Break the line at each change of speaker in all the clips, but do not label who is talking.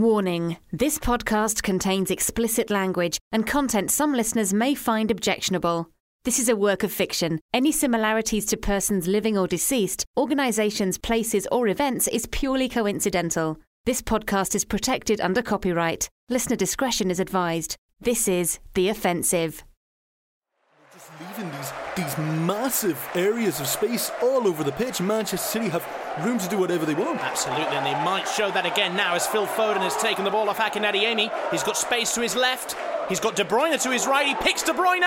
Warning this podcast contains explicit language and content some listeners may find objectionable. This is a work of fiction. Any similarities to persons living or deceased, organizations, places, or events is purely coincidental. This podcast is protected under copyright. Listener discretion is advised. This is The Offensive.
Just leaving these these massive areas of space all over the pitch. Manchester City have room to do whatever they want.
Absolutely, and they might show that again now as Phil Foden has taken the ball off Akinadi Amy. He's got space to his left. He's got De Bruyne to his right. He picks De Bruyne 4 0.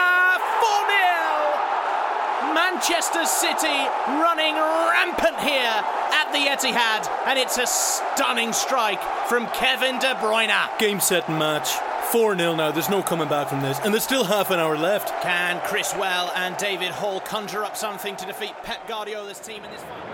Manchester City running rampant here at the Etihad, and it's a stunning strike from Kevin De Bruyne.
Game set and match. 4 0 now, there's no coming back from this, and there's still half an hour left.
Can Chris Well and David Hall conjure up something to defeat Pep Guardiola's team in this final?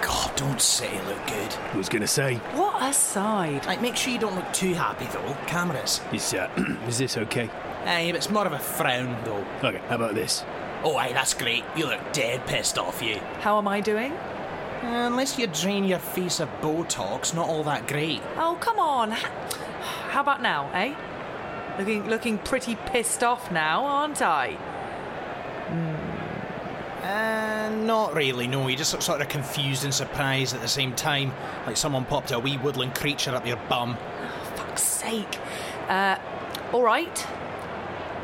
God, don't say it look good.
I was going to say.
What a side.
Like, make sure you don't look too happy though. Cameras.
Is, uh, is this okay?
Aye, but it's more of a frown though.
Okay, how about this?
Oh, aye, that's great. You look dead pissed off, you. Uh,
How am I doing?
Unless you drain your face of Botox, not all that great.
Oh, come on. How about now, eh? Looking, looking pretty pissed off now, aren't I?
Uh, not really, no. You just look sort of confused and surprised at the same time, like someone popped a wee woodland creature up your bum.
Oh, fuck's sake. Uh, all right.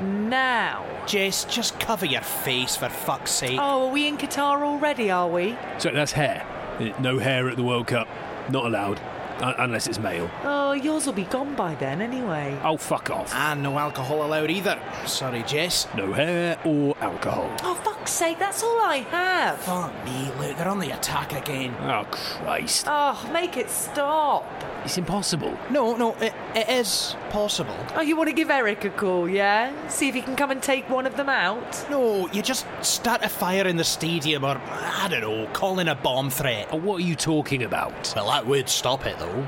Now.
Jess, just cover your face for fuck's sake.
Oh, are we in Qatar already, are we?
So that's hair. Eh, No hair at the World Cup. Not allowed. Un- unless it's male.
Oh, yours will be gone by then anyway.
Oh, fuck off.
And no alcohol allowed either. Sorry, Jess.
No hair or alcohol.
Oh, fuck's sake, that's all I have.
Fuck me, look, they're on the attack again.
Oh, Christ.
Oh, make it stop.
It's impossible.
No, no, it, it is possible.
Oh, you want to give Eric a call, yeah? See if he can come and take one of them out?
No, you just start a fire in the stadium or, I don't know, call in a bomb threat.
Oh, what are you talking about?
Well, that would stop it, though,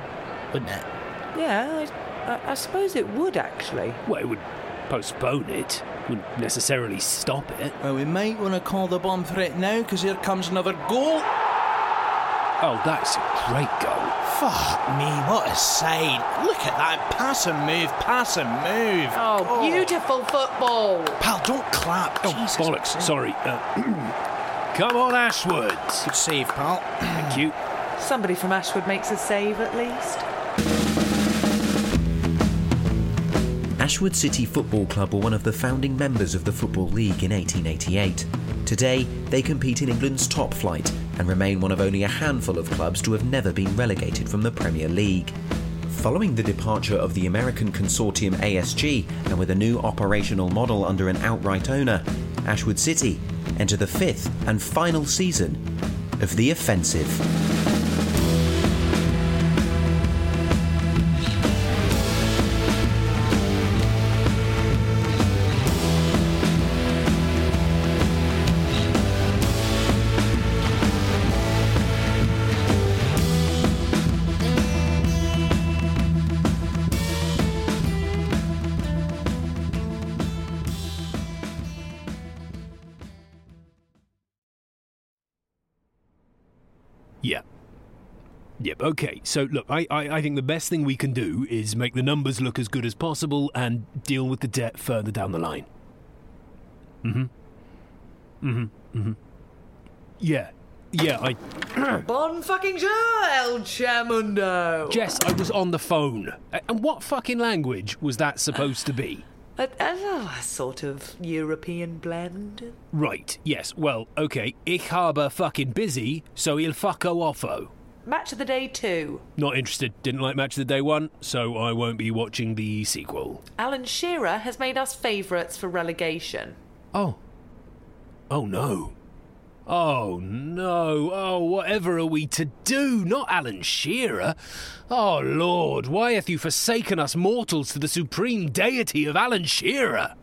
wouldn't it?
Yeah, I, I, I suppose it would actually.
Well, it would postpone it. Wouldn't necessarily stop it.
Well, we might want to call the bomb threat now because here comes another goal.
Oh, that's a great goal.
Fuck me, what a side. Look at that. Pass and move, pass and move.
Oh,
God.
beautiful football.
Pal, don't clap.
Oh,
Jesus.
bollocks. Sorry. Uh, come on, Ashwood.
Good save, pal.
Thank you.
Somebody from Ashwood makes a save at least.
Ashwood City Football Club were one of the founding members of the Football League in 1888. Today, they compete in England's top flight and remain one of only a handful of clubs to have never been relegated from the Premier League. Following the departure of the American consortium ASG and with a new operational model under an outright owner, Ashwood City enter the fifth and final season of The Offensive.
Yeah. Yep, okay. So, look, I, I, I think the best thing we can do is make the numbers look as good as possible and deal with the debt further down the line. Mm hmm. Mm hmm. Mm hmm. Yeah. Yeah, I.
Bon fucking sure, El Chamundo.
Jess, I was on the phone. A- And what fucking language was that supposed to be?
A, a- a sort of European blend.
Right, yes, well, okay. Ich habe fucking busy, so il fucko offo.
Match of the day two.
Not interested. Didn't like Match of the Day 1, so I won't be watching the sequel.
Alan Shearer has made us favourites for relegation.
Oh. Oh no. Oh no, oh, whatever are we to do? Not Alan Shearer. Oh Lord, why hath you forsaken us mortals to the supreme deity of Alan Shearer?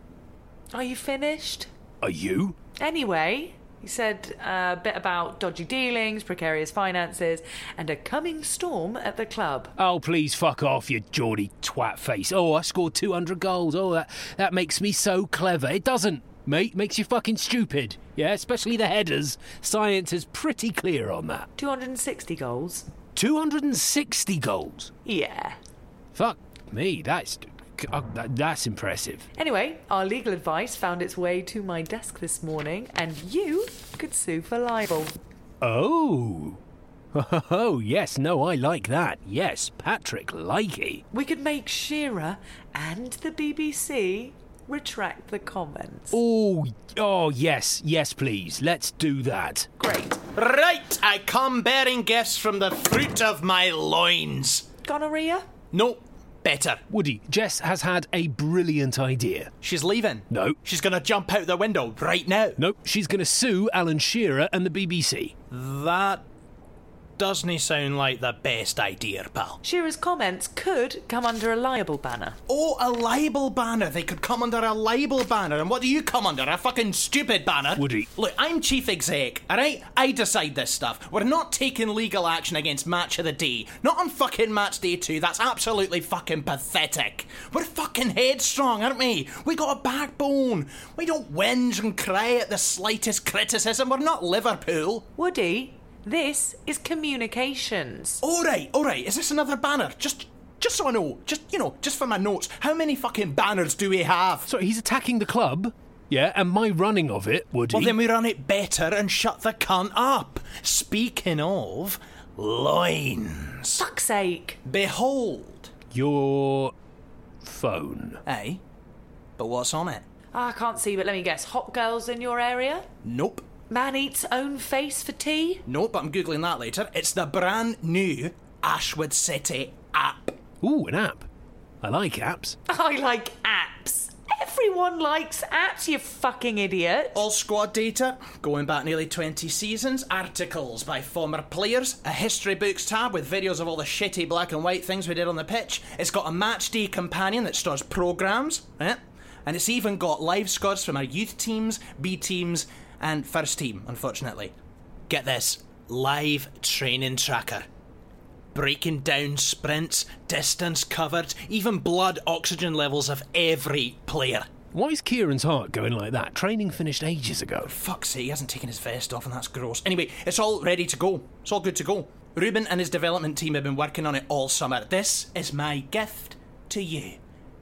Are you finished?
Are you?
Anyway, he said a bit about dodgy dealings, precarious finances, and a coming storm at the club.
Oh, please fuck off, you Geordie twat face. Oh, I scored 200 goals. Oh, that, that makes me so clever. It doesn't, mate. Makes you fucking stupid. Yeah, especially the headers. Science is pretty clear on that.
260 goals.
260 goals.
Yeah.
Fuck me, that's. uh, that- That's impressive.
Anyway, our legal advice found its way to my desk this morning, and you could sue for libel.
Oh. Oh, yes, no, I like that. Yes, Patrick Leahy.
We could make Shearer and the BBC retract the comments.
Oh, oh, yes, yes, please. Let's do that.
Great.
Right, I come bearing gifts from the fruit of my loins.
Gonorrhea?
No, better.
Woody, Jess has had a brilliant idea.
She's leaving.
No.
She's gonna jump out the window right now.
Nope, she's going to sue Alan Shearer and the BBC.
That doesn't sound like the best idea, pal.
Shearer's comments could come under a liable banner.
Oh, a libel banner. They could come under a libel banner. And what do you come under? A fucking stupid banner.
Woody.
Look, I'm chief exec, alright? I decide this stuff. We're not taking legal action against match of the day. Not on fucking match day two. That's absolutely fucking pathetic. We're fucking headstrong, aren't we? We got a backbone. We don't whinge and cry at the slightest criticism. We're not Liverpool.
Woody, this is communications.
Alright, alright. Is this another banner? Just. Just so I know, just, you know, just for my notes, how many fucking banners do we have?
So he's attacking the club. Yeah, and my running of it, Woody.
Well, then we run it better and shut the cunt up. Speaking of loins,
Fuck's sake.
behold,
Your phone.
eh? But what's on it?
Ah, I can't see, but let me guess. Hot girls in your area?
Nope,
Man eats own face for tea?
nope. I'm googling that later. It's the brand new Ashwood City app.
Ooh, an app. I like apps.
I like apps. Everyone likes apps, you fucking idiot.
All squad data, going back nearly 20 seasons, articles by former players, a history books tab with videos of all the shitty black and white things we did on the pitch. It's got a match day companion that stores programmes, eh? and it's even got live squads from our youth teams, B teams, and first team, unfortunately. Get this live training tracker. Breaking down sprints, distance covered, even blood oxygen levels of every player.
Why is Kieran's heart going like that? Training finished ages ago.
Fuck's sake, he hasn't taken his vest off, and that's gross. Anyway, it's all ready to go. It's all good to go. Ruben and his development team have been working on it all summer. This is my gift to you,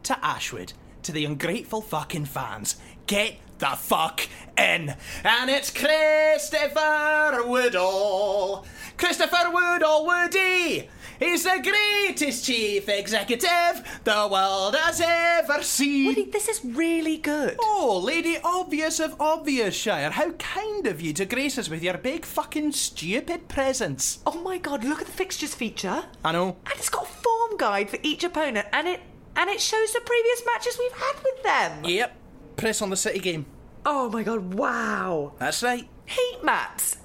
to Ashwood, to the ungrateful fucking fans. Get the fuck in. And it's Christopher Woodall. Christopher Woodall Woody. He's the greatest chief executive the world has ever seen.
Woody, this is really good.
Oh, Lady Obvious of Obvious Shire, how kind of you to grace us with your big fucking stupid presence.
Oh my god, look at the fixtures feature.
I know.
And it's got a form guide for each opponent and it and it shows the previous matches we've had with them.
Yep. Press on the city game.
Oh my god, wow.
That's right.
Heat maps.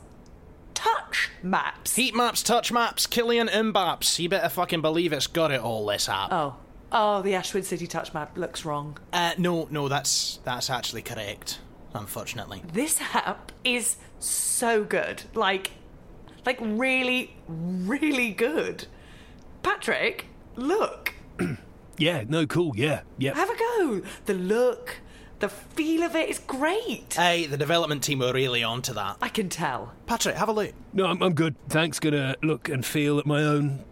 Touch maps.
Heat maps, touch maps, Killian Mbaps. You better fucking believe it's got it all, this app.
oh. Oh, the Ashwood City touch map looks wrong.
Uh, no, no, that's that's actually correct, unfortunately.
This app is so good. Like like really really good. Patrick, look.
Yeah, no, cool, yeah, yeah.
Have a go. The look, the feel of it is great.
Hey, the development team were really onto that.
I can tell.
Patrick, have a look.
No, I'm, I'm good. Thanks, gonna look and feel at my own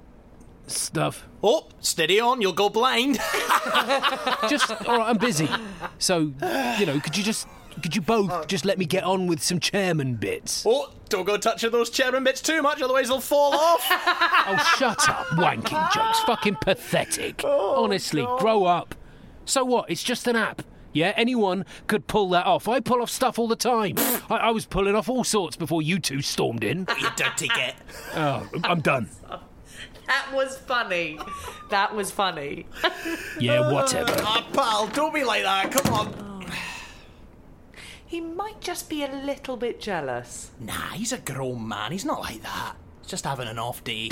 stuff.
Oh, steady on, you'll go blind.
Just, all right, I'm busy. So, you know, could you just, could you both just let me get on with some chairman bits?
oh, don't go touching those chairman bits too much, otherwise they'll fall off.
Oh, shut up, wanking jokes. Fucking pathetic. Honestly, grow up. So what? It's just an app. Yeah, anyone could pull that off. I pull off stuff all the time. I, I was pulling off all sorts before you two stormed in.
you dirty git.
Oh, I'm done.
That was funny. That was funny.
Yeah, whatever.
Ah, pal, don't be like that. Come on.
He might just be a little bit jealous.
Nah, he's a grown man. He's not like that. He's just having an off day.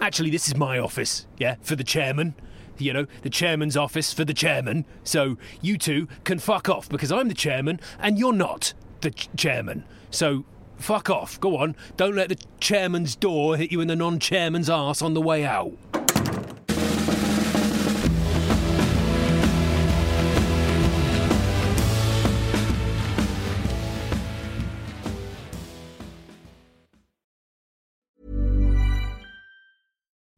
Actually, this is my office, yeah, for the chairman. You know, the chairman's office for the chairman. So you two can fuck off because I'm the chairman and you're not the ch- chairman. So fuck off. Go on. Don't let the chairman's door hit you in the non chairman's ass on the way out.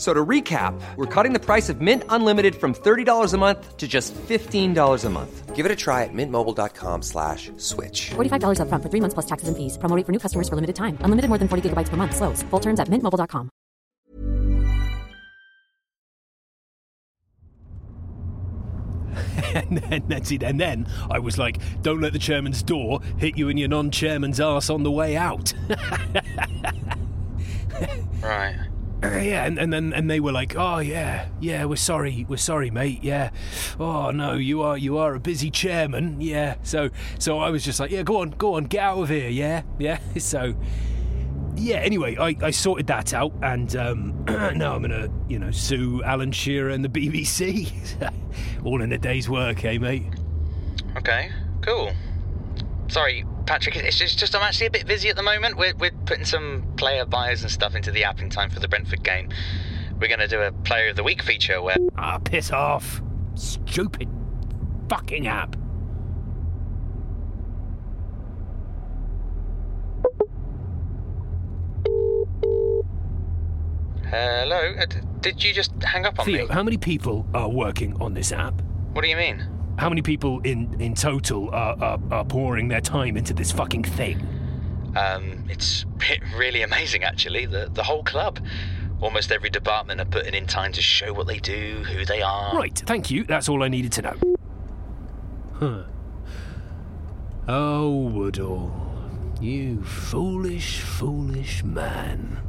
So to recap, we're cutting the price of Mint Unlimited from $30 a month to just $15 a month. Give it a try at mintmobile.com slash switch.
$45 upfront for three months plus taxes and fees. Promoting for new customers for limited time. Unlimited more than 40 gigabytes per month. Slows. Full terms at mintmobile.com.
and then that's it. And then I was like, don't let the chairman's door hit you in your non chairman's ass on the way out.
Right.
Uh, yeah, and, and then and they were like, "Oh yeah, yeah, we're sorry, we're sorry, mate. Yeah, oh no, you are you are a busy chairman. Yeah." So so I was just like, "Yeah, go on, go on, get out of here. Yeah, yeah." So yeah. Anyway, I, I sorted that out, and um, now I'm gonna you know sue Alan Shearer and the BBC. All in a day's work, eh, mate?
Okay. Cool. Sorry, Patrick. It's just, it's just I'm actually a bit busy at the moment. We're, we're putting some player buys and stuff into the app in time for the Brentford game. We're going to do a Player of the Week feature where.
Ah, piss off! Stupid fucking app.
Hello. Uh, d- did you just hang up on
Theo,
me?
how many people are working on this app?
What do you mean?
How many people in, in total are, are, are pouring their time into this fucking thing?
Um, it's re- really amazing, actually. The the whole club, almost every department, are putting in time to show what they do, who they are.
Right, thank you. That's all I needed to know. Huh. Oh, Woodall. You foolish, foolish man.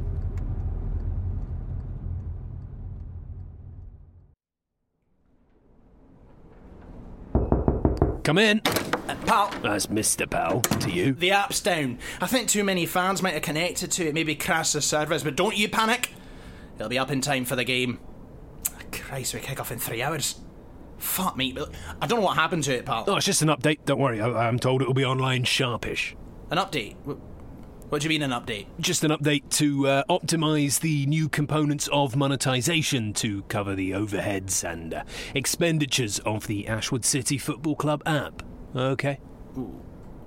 Come in.
Uh, pal.
That's Mr. Pal to you.
The app's down. I think too many fans might have connected to it, maybe crashed the servers, but don't you panic. It'll be up in time for the game. Ah, Christ, we kick off in three hours. Fuck me. but I don't know what happened to it, pal.
Oh, it's just an update. Don't worry. I, I'm told it'll be online sharpish.
An update? Wh- What do you mean an update?
Just an update to uh, optimize the new components of monetization to cover the overheads and uh, expenditures of the Ashwood City Football Club app. Okay.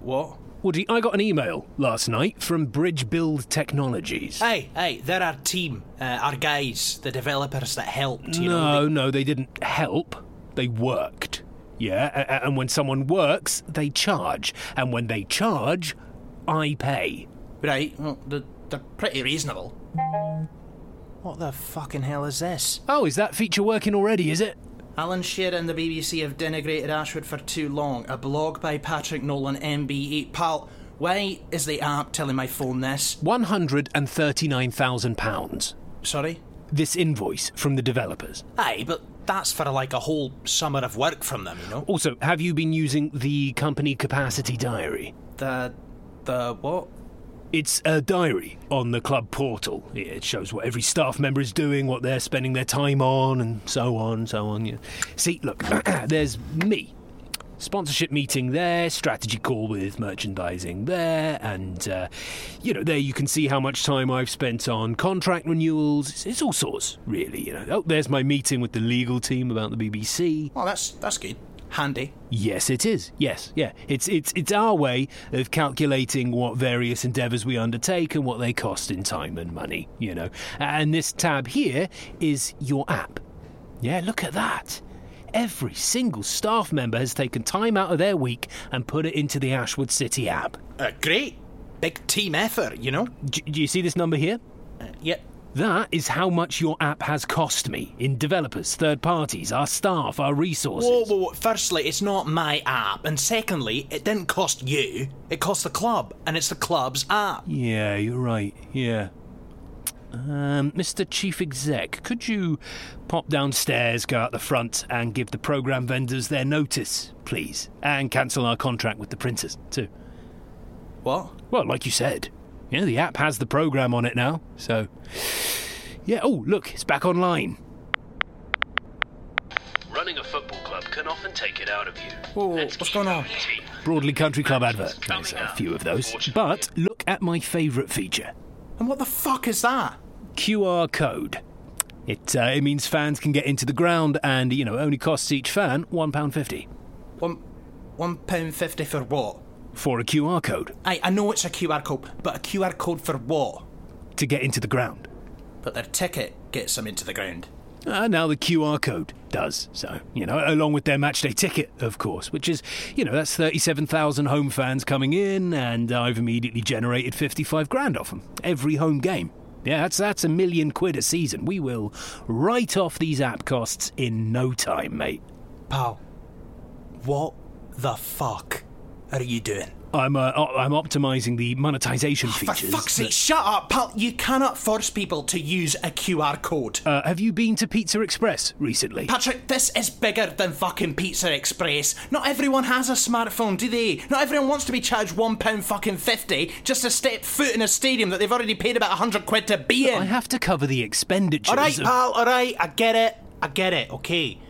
What?
Woody, I got an email last night from Bridge Build Technologies.
Hey, hey, they're our team, uh, our guys, the developers that helped, you know.
no, no, they didn't help. They worked. Yeah, a- a- and when someone works, they charge. And when they charge, I pay.
Right, well, they're, they're pretty reasonable. What the fucking hell is this?
Oh, is that feature working already, is it?
Alan Shearer and the BBC have denigrated Ashwood for too long. A blog by Patrick Nolan, MBE. Pal, why is the app telling my phone this?
£139,000.
Sorry?
This invoice from the developers.
Aye, but that's for like a whole summer of work from them, you know?
Also, have you been using the company capacity diary?
The. the what?
It's a diary on the club portal. It shows what every staff member is doing, what they're spending their time on, and so on, so on. Yeah. See, look, there's me. Sponsorship meeting there, strategy call with merchandising there, and uh, you know, there you can see how much time I've spent on contract renewals. It's, it's all sorts, really. You know, oh, there's my meeting with the legal team about the BBC.
Well, that's, that's good. Handy.
Yes, it is. Yes, yeah. It's it's it's our way of calculating what various endeavours we undertake and what they cost in time and money. You know, and this tab here is your app. Yeah, look at that. Every single staff member has taken time out of their week and put it into the Ashwood City app.
Uh, great. Big team effort, you know?
Do, do you see this number here?
Yep.
That is how much your app has cost me in developers, third parties, our staff, our resources.
Whoa, whoa, whoa. Oh, Firstly, it's not my app. And secondly, it didn't cost you. It cost the club. And it's the club's app.
Yeah, you're right. Yeah. Um, Mr. Chief Exec, could you pop downstairs, go out the front, and give the program vendors their notice, please? And cancel our contract with the printers, too.
What?
Well, like you said, you know, the app has the program on it now, so. Yeah, oh, look, it's back online.
Running a football club can often take it out of you.
Whoa, what's going on?
Broadly Country Club advert. There's a few of those. But look at my favourite feature.
And what the fuck is that?
QR code. It, uh, it means fans can get into the ground and, you know, only costs each fan £1.50.
One, one pound fifty for what?
For a QR code.
I, I know it's a QR code, but a QR code for what?
To get into the ground.
But their ticket gets them into the ground.
Uh, now the QR code does so, you know, along with their matchday ticket, of course, which is, you know, that's 37,000 home fans coming in, and I've immediately generated 55 grand off them every home game. Yeah, that's, that's a million quid a season. We will write off these app costs in no time, mate.
Pal, what the fuck are you doing?
I'm, uh, o- I'm optimizing the monetization features.
Fuck's sake, shut up, pal. You cannot force people to use a QR code.
Uh, have you been to Pizza Express recently?
Patrick, this is bigger than fucking Pizza Express. Not everyone has a smartphone, do they? Not everyone wants to be charged one pound fucking fifty just to step foot in a stadium that they've already paid about hundred quid to be in.
I have to cover the expenditures.
All right,
of-
pal. All right, I get it. I get it. Okay,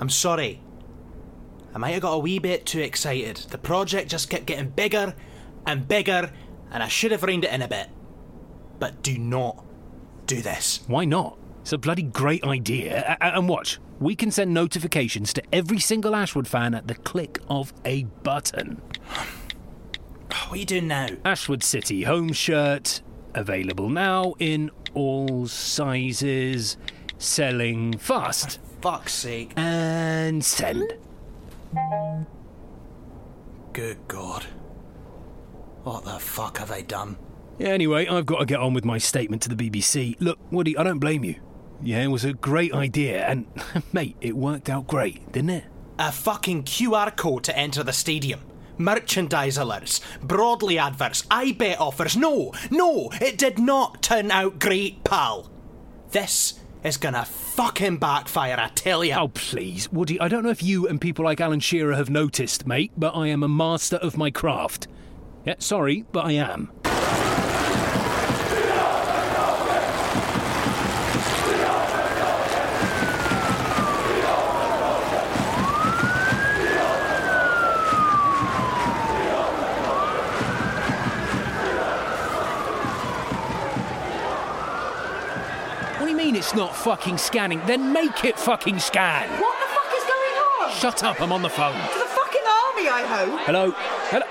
I'm sorry. I might have got a wee bit too excited. The project just kept getting bigger and bigger, and I should have reined it in a bit. But do not do this.
Why not? It's a bloody great idea. A- a- and watch, we can send notifications to every single Ashwood fan at the click of a button.
What are you doing now?
Ashwood City home shirt available now in all sizes, selling fast.
Fuck's sake.
And send.
Good God. What the fuck have I done?
Anyway, I've got to get on with my statement to the BBC. Look, Woody, I don't blame you. Yeah, it was a great idea, and mate, it worked out great, didn't it?
A fucking QR code to enter the stadium. Merchandise alerts, broadly adverts, I bet offers. No, no, it did not turn out great, pal. This is gonna fucking backfire, I tell ya.
Oh, please, Woody, I don't know if you and people like Alan Shearer have noticed, mate, but I am a master of my craft. Yeah, sorry, but I am. What do you mean it's not fucking scanning? Then make it fucking scan!
What the fuck is going on?
Shut up, I'm on the phone.
To the fucking army, I hope.
Hello? Hello?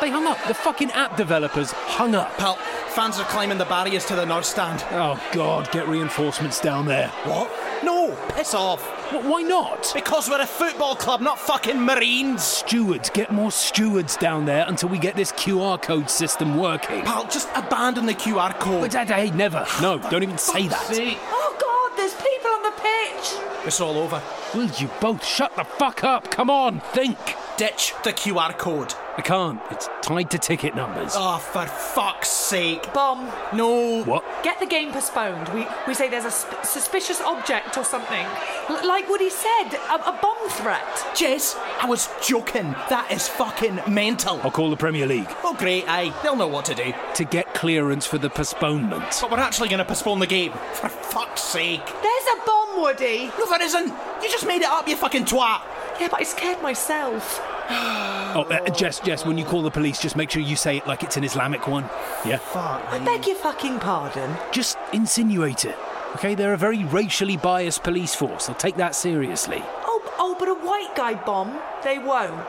They hung up. The fucking app developers hung up.
Pal, fans are climbing the barriers to the north stand.
Oh, God, get reinforcements down there.
What? No, piss off.
why not?
Because we're a football club, not fucking Marines.
Stewards, get more stewards down there until we get this QR code system working.
Pal, just abandon the QR
But
code.
Dad, hey, never. No, don't even say that.
Oh God, there's people on the pitch.
It's all over.
Will you both shut the fuck up? Come on, think.
Ditch the QR code.
I can't. It's tied to ticket numbers.
Oh, for fuck's sake.
Bomb.
No.
What?
Get the game postponed. We we say there's a sp- suspicious object or something. L- like Woody said, a, a bomb threat.
Jess, I was joking. That is fucking mental.
I'll call the Premier League
Oh, great, aye. They'll know what to do.
to get clearance for the postponement.
But we're actually going to postpone the game. For fuck's sake.
There's a bomb, Woody.
No, there isn't. You just made it up, you fucking twat.
Yeah, but I scared myself.
Oh, uh, Jess, Jess, when you call the police, just make sure you say it like it's an Islamic one. Yeah?
Fuck.
I beg your fucking pardon.
Just insinuate it. Okay, they're a very racially biased police force. They'll take that seriously.
Oh, oh, but a white guy bomb, they won't.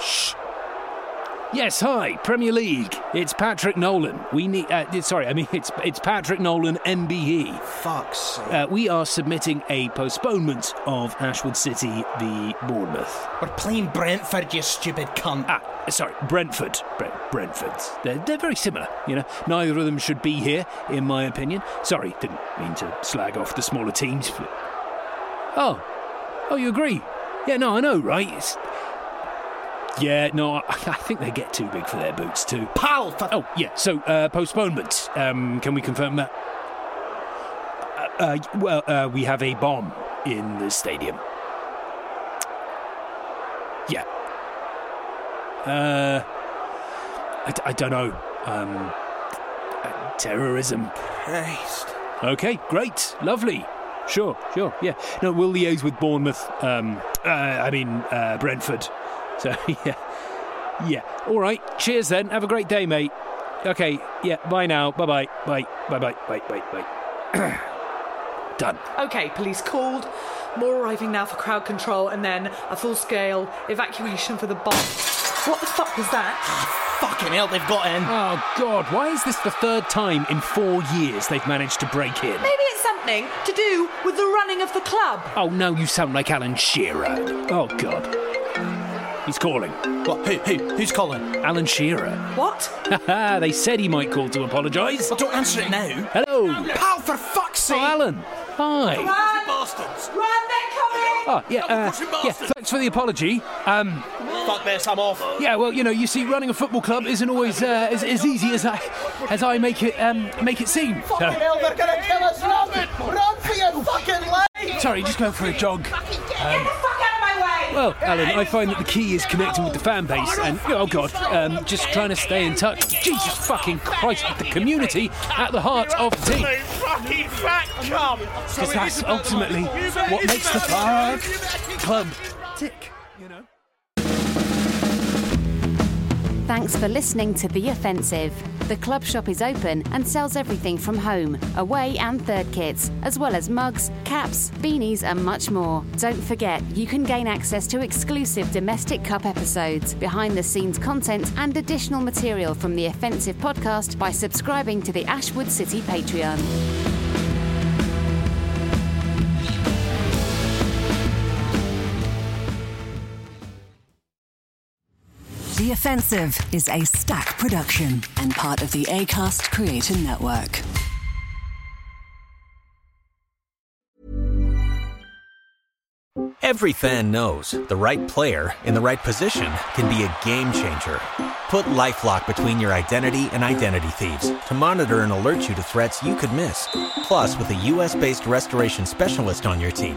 Shh. Yes, hi, Premier League. It's Patrick Nolan. We need. Uh, sorry, I mean it's it's Patrick Nolan, MBE.
Fox.
Uh, we are submitting a postponement of Ashwood City v Bournemouth.
We're playing Brentford, you stupid cunt.
Ah, sorry, Brentford. Bre- Brentford. They're, they're very similar, you know. Neither of them should be here, in my opinion. Sorry, didn't mean to slag off the smaller teams. But... Oh, oh, you agree? Yeah, no, I know, right? It's... Yeah, no, I, I think they get too big for their boots too.
Pal, for...
oh yeah. So uh, postponement. Um, can we confirm that? Uh, uh, well, uh, we have a bomb in the stadium. Yeah. Uh, I, d- I don't know. Um, uh, terrorism.
Christ.
Okay, great, lovely. Sure, sure, yeah. No, we'll liaise with Bournemouth. Um, uh, I mean uh, Brentford. So yeah, yeah. All right. Cheers then. Have a great day, mate. Okay. Yeah. Bye now. Bye bye. Bye bye bye bye bye bye. Done.
Okay, police called. More arriving now for crowd control, and then a full-scale evacuation for the bomb. What the fuck was that?
Fucking hell, they've got in.
Oh God! Why is this the third time in four years they've managed to break in?
Maybe it's something to do with the running of the club.
Oh no, you sound like Alan Shearer. Oh God. He's calling.
What? Who? Who? Who's calling?
Alan Shearer.
What?
Haha, they said he might call to apologise.
Well, don't answer it now.
Hello.
Pal, for fuck's
Oh,
sake!
Alan. Hi.
Run!
Bastards.
Run, they're coming!
Oh, yeah, uh, yeah, thanks for the apology. Um,
Fuck this, I'm off.
yeah, well, you know, you see, running a football club isn't always uh, as, as easy as I as I make it um, make it seem.
Fucking
So,
hell, they're gonna kill us! Run! Run for your fucking life!
sorry, just going for a jog. Um,
Fuck out of my way!
well, Alan, I find that the key is connecting with the fan base, and oh god, um, just trying to stay in touch. Jesus fucking Christ, with the community at the heart of the team,
fucking fat cum!
because that's ultimately what makes the fuck club tick. You know.
Thanks for listening to The Offensive. The club shop is open and sells everything from home, away, and third kits, as well as mugs, caps, beanies, and much more. Don't forget, you can gain access to exclusive domestic cup episodes, behind the scenes content, and additional material from The Offensive podcast by subscribing to the Ashwood City Patreon.
The Offensive is a stack production and part of the ACAST Creator Network.
Every fan knows the right player in the right position can be a game changer. Put LifeLock between your identity and identity thieves to monitor and alert you to threats you could miss. Plus, with a US-based restoration specialist on your team,